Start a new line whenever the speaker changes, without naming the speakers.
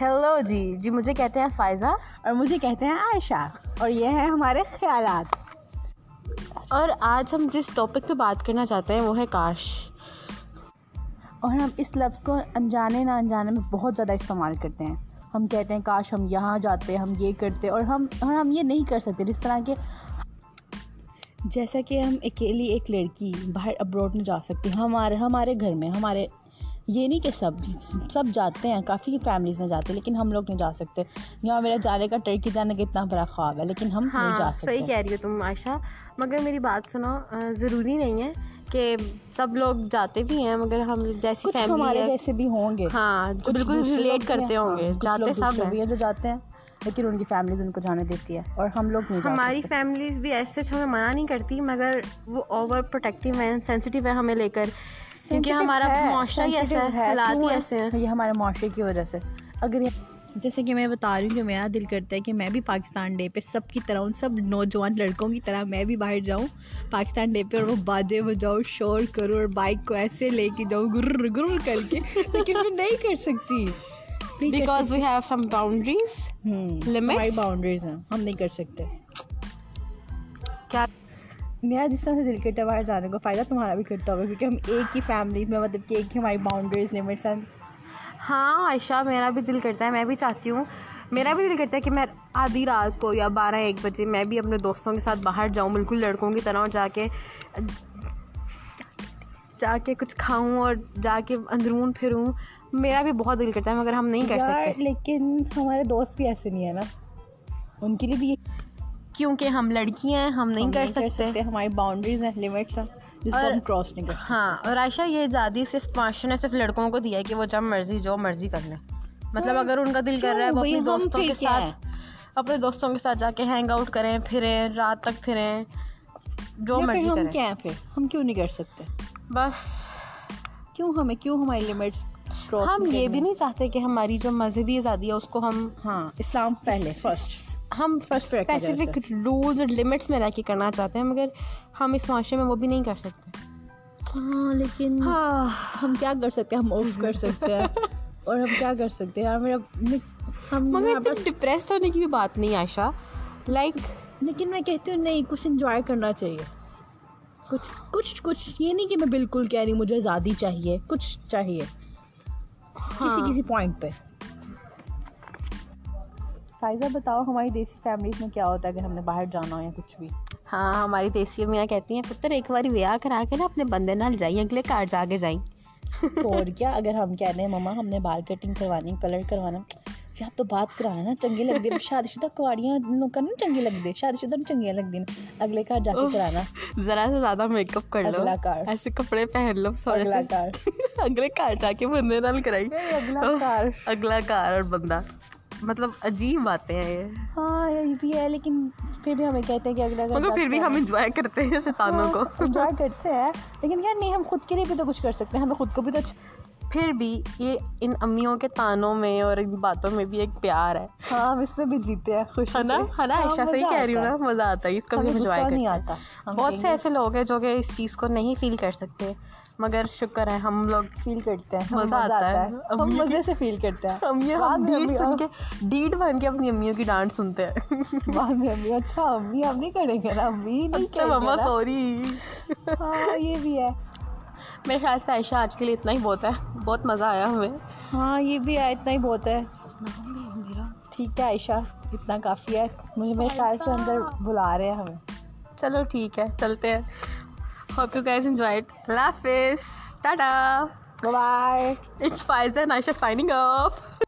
Hello جی جی مجھے کہتے ہیں فائزہ
اور مجھے کہتے ہیں عائشہ اور یہ ہیں ہمارے خیالات
اور آج ہم جس ٹاپک پہ بات کرنا چاہتے ہیں وہ ہے کاش
اور ہم اس لفظ کو انجانے نہ انجانے میں بہت زیادہ استعمال کرتے ہیں ہم کہتے ہیں کاش ہم یہاں جاتے ہم یہ کرتے اور ہم اور ہم یہ نہیں کر سکتے جس طرح کہ جیسا کہ ہم اکیلی ایک لڑکی باہر ابروڈ نہیں جا سکتی ہمارے ہمارے گھر میں ہمارے یہ نہیں کہ سب سب جاتے ہیں کافی فیملیز میں جاتے ہیں لیکن ہم لوگ نہیں جا سکتے یہاں میرا جانے کا ٹرکی جانے کا اتنا بڑا خواب ہے لیکن ہم
ہاں
نہیں جا
صحیح
سکتے
کہہ رہی ہو تم عائشہ مگر میری بات سنو آ، ضروری نہیں ہے کہ سب لوگ جاتے بھی ہیں مگر ہم جیسی
کچھ ہمارے
فیملی ہے
جیسے بھی ہوں گے
ہاں جو بالکل ریلیٹ کرتے ہوں
ہاں،
گے جاتے سب ہیں
ہیں جو جاتے ہیں لیکن ان کی فیملیز ان کو جانے دیتی ہے اور ہم لوگ نہیں
ہماری فیملیز بھی ایسے تو ہمیں منع نہیں کرتی مگر وہ اوور پروٹیکٹیو ہیں سینسیٹیو ہے ہمیں لے کر کیونکہ ہمارا معاشرہ ہی ایسا ہے حالات ہی ایسے ہیں
یہ ہمارے معاشرے کی وجہ سے اگر جیسے کہ میں بتا رہی ہوں کہ میرا دل کرتا ہے کہ میں بھی پاکستان ڈے پہ سب کی طرح ان سب نوجوان لڑکوں کی طرح میں بھی باہر جاؤں پاکستان ڈے پہ اور وہ باجے بجاؤ شور کروں اور بائک کو ایسے لے کے جاؤں گر گر کر کے لیکن میں نہیں کر سکتی نہیں کر
because we have some boundaries
ہوں،
Limits?
ہماری باؤنڈریز ہیں ہم نہیں کر سکتے
کیا
میرا جس طرح سے دل کرتا ہے باہر جانے کو فائدہ تمہارا بھی کرتا ہوگا کیونکہ ہم ایک ہی فیملی میں مطلب کہ ایک ہی ہماری باؤنڈریز لمٹس ہیں
ہاں عائشہ میرا بھی دل کرتا ہے میں بھی چاہتی ہوں میرا بھی دل کرتا ہے کہ میں آدھی رات کو یا بارہ ایک بجے میں بھی اپنے دوستوں کے ساتھ باہر جاؤں بالکل لڑکوں کی طرح اور جا کے جا کے کچھ کھاؤں اور جا کے اندرون پھروں میرا بھی بہت دل کرتا ہے مگر ہم نہیں کر
یار،
سکتے
لیکن ہمارے دوست بھی ایسے نہیں ہے نا ان کے لیے بھی یہ-
کیونکہ ہم لڑکیاں ہیں ہم
ہم
نہیں کر سکتے
ہماری باؤنڈریز ہیں لمٹس ہیں جس کو
اور-
ہم کراس نہیں کر سکتے۔
ہاں اور عائشہ یہ آزادی صرف معاشرے نے صرف لڑکوں کو دیا ہے کہ وہ جب مرضی جو مرضی کر لیں مطلب
ہاں،
اگر ان کا دل کر رہا ہے
کیوں
وہ اپنے
بھئی، ہم
دوستوں
پھر
کے
کیا
ساتھ اپنے دوستوں کے ساتھ جا کے ہینگ آؤٹ کریں پھریں رات تک پھریں جو
یا پھر
مرضی
ہم
کریں
کیا ہیں پھر ہم کیوں نہیں کر سکتے
بس
کیوں ہمیں کیوں ہماری لمٹس
ہم یہ بھی نہیں چاہتے کہ ہماری جو مذہبی آزادی ہے اس کو ہم
ہاں اسلام پہلے فرسٹ
ہم
First priority دینا
اسپیسیفک رولز اور لمٹس میں رہ کے کرنا چاہتے ہیں مگر ہم اس معاشرے میں وہ بھی نہیں کر سکتے
ہاں لیکن ہم کیا کر سکتے ہیں ہم آف کر سکتے ہیں اور ہم کیا کر سکتے ہیں یار میرا ہم
مگر ڈپریسڈ ہونے کی بھی بات نہیں عائشہ لائک
لیکن میں کہتی ہوں نہیں کچھ انجوائے کرنا چاہیے کچھ کچھ کچھ یہ نہیں کہ میں بالکل کہہ رہی ہوں، مجھے آزادی چاہیے کچھ چاہیے کسی کسی پوائنٹ پہ فائزہ بتاؤ ہماری دیسی فیملیز میں کیا ہوتا ہے اگر ہم نے باہر جانا ہو یا کچھ بھی
ہاں ہماری دیسی امیاں کہتی ہیں پتر ایک بار ویاہ کرا کے نا اپنے بندے نال جائیں اگلے کار جا کے جائیں
تو اور کیا اگر ہم کہہ رہے ہیں مما ہم نے بال کٹنگ کروانی کلر کروانا یا تو بات کرانا نا چنگی لگ دی شادی شدہ کواڑیاں لوگوں کا نا چنگی لگ دی شادی شدہ میں چنگیاں لگ دی اگلے گھر جا کے کرانا
ذرا سے زیادہ میک اپ کر لو
اگلا کار۔
ایسے کپڑے پہن لو سارے
اگلا
سے اگلے کار جا کے بندے نال کرائیں
اگلا کار
اگلا کار اور بندہ مطلب عجیب باتیں ہیں یہ
ہاں یہ بھی ہے لیکن پھر بھی ہمیں کہتے ہیں کہ اگلا
مگر مطلب پھر بھی ہم انجوائے کرتے ہیں
ہاں۔
ستانوں کو
انجوائے کرتے ہیں لیکن یار نہیں ہم خود کے لیے بھی تو کچھ کر سکتے ہیں ہمیں خود کو بھی تو اچھا-
پھر بھی یہ ان امیوں کے تانوں میں اور ان باتوں میں بھی ایک پیار ہے
ہاں ہم اس میں بھی جیتے ہیں خوش
ہے نا ہے
ہاں،
نا عائشہ صحیح کہہ رہی ہوں نا مزہ آتا ہے اس کا بھی انجوائے کرتے
نہیں
ہیں
آتا
بہت سے ایسے لوگ ہیں جو کہ اس چیز کو نہیں فیل کر سکتے مگر شکر ہے ہم لوگ
فیل کرتے ہیں مزہ آتا ہے ہم مزے سے فیل کرتے ہیں
امی ہم ڈیٹ سن کے ڈیٹ بن کے اپنی امیوں کی ڈانٹ سنتے ہیں
بعد میں امی اچھا امی ہم نہیں کریں گے نا امی نہیں
اچھا
کریں
مما
گے نا
سوری
ہاں یہ بھی ہے
میرے خیال سے عائشہ آج کے لیے اتنا ہی بہت ہے بہت مزہ آیا ہمیں
ہاں یہ بھی ہے اتنا ہی بہت ہے ٹھیک ہے عائشہ اتنا کافی ہے مجھے میرے خیال سے اندر بلا رہے ہیں ہمیں
چلو ٹھیک ہے چلتے ہیں ہوپ یو گیز انجوائے اللہ حافظ tata
bye
it's Faiz and Aisha signing of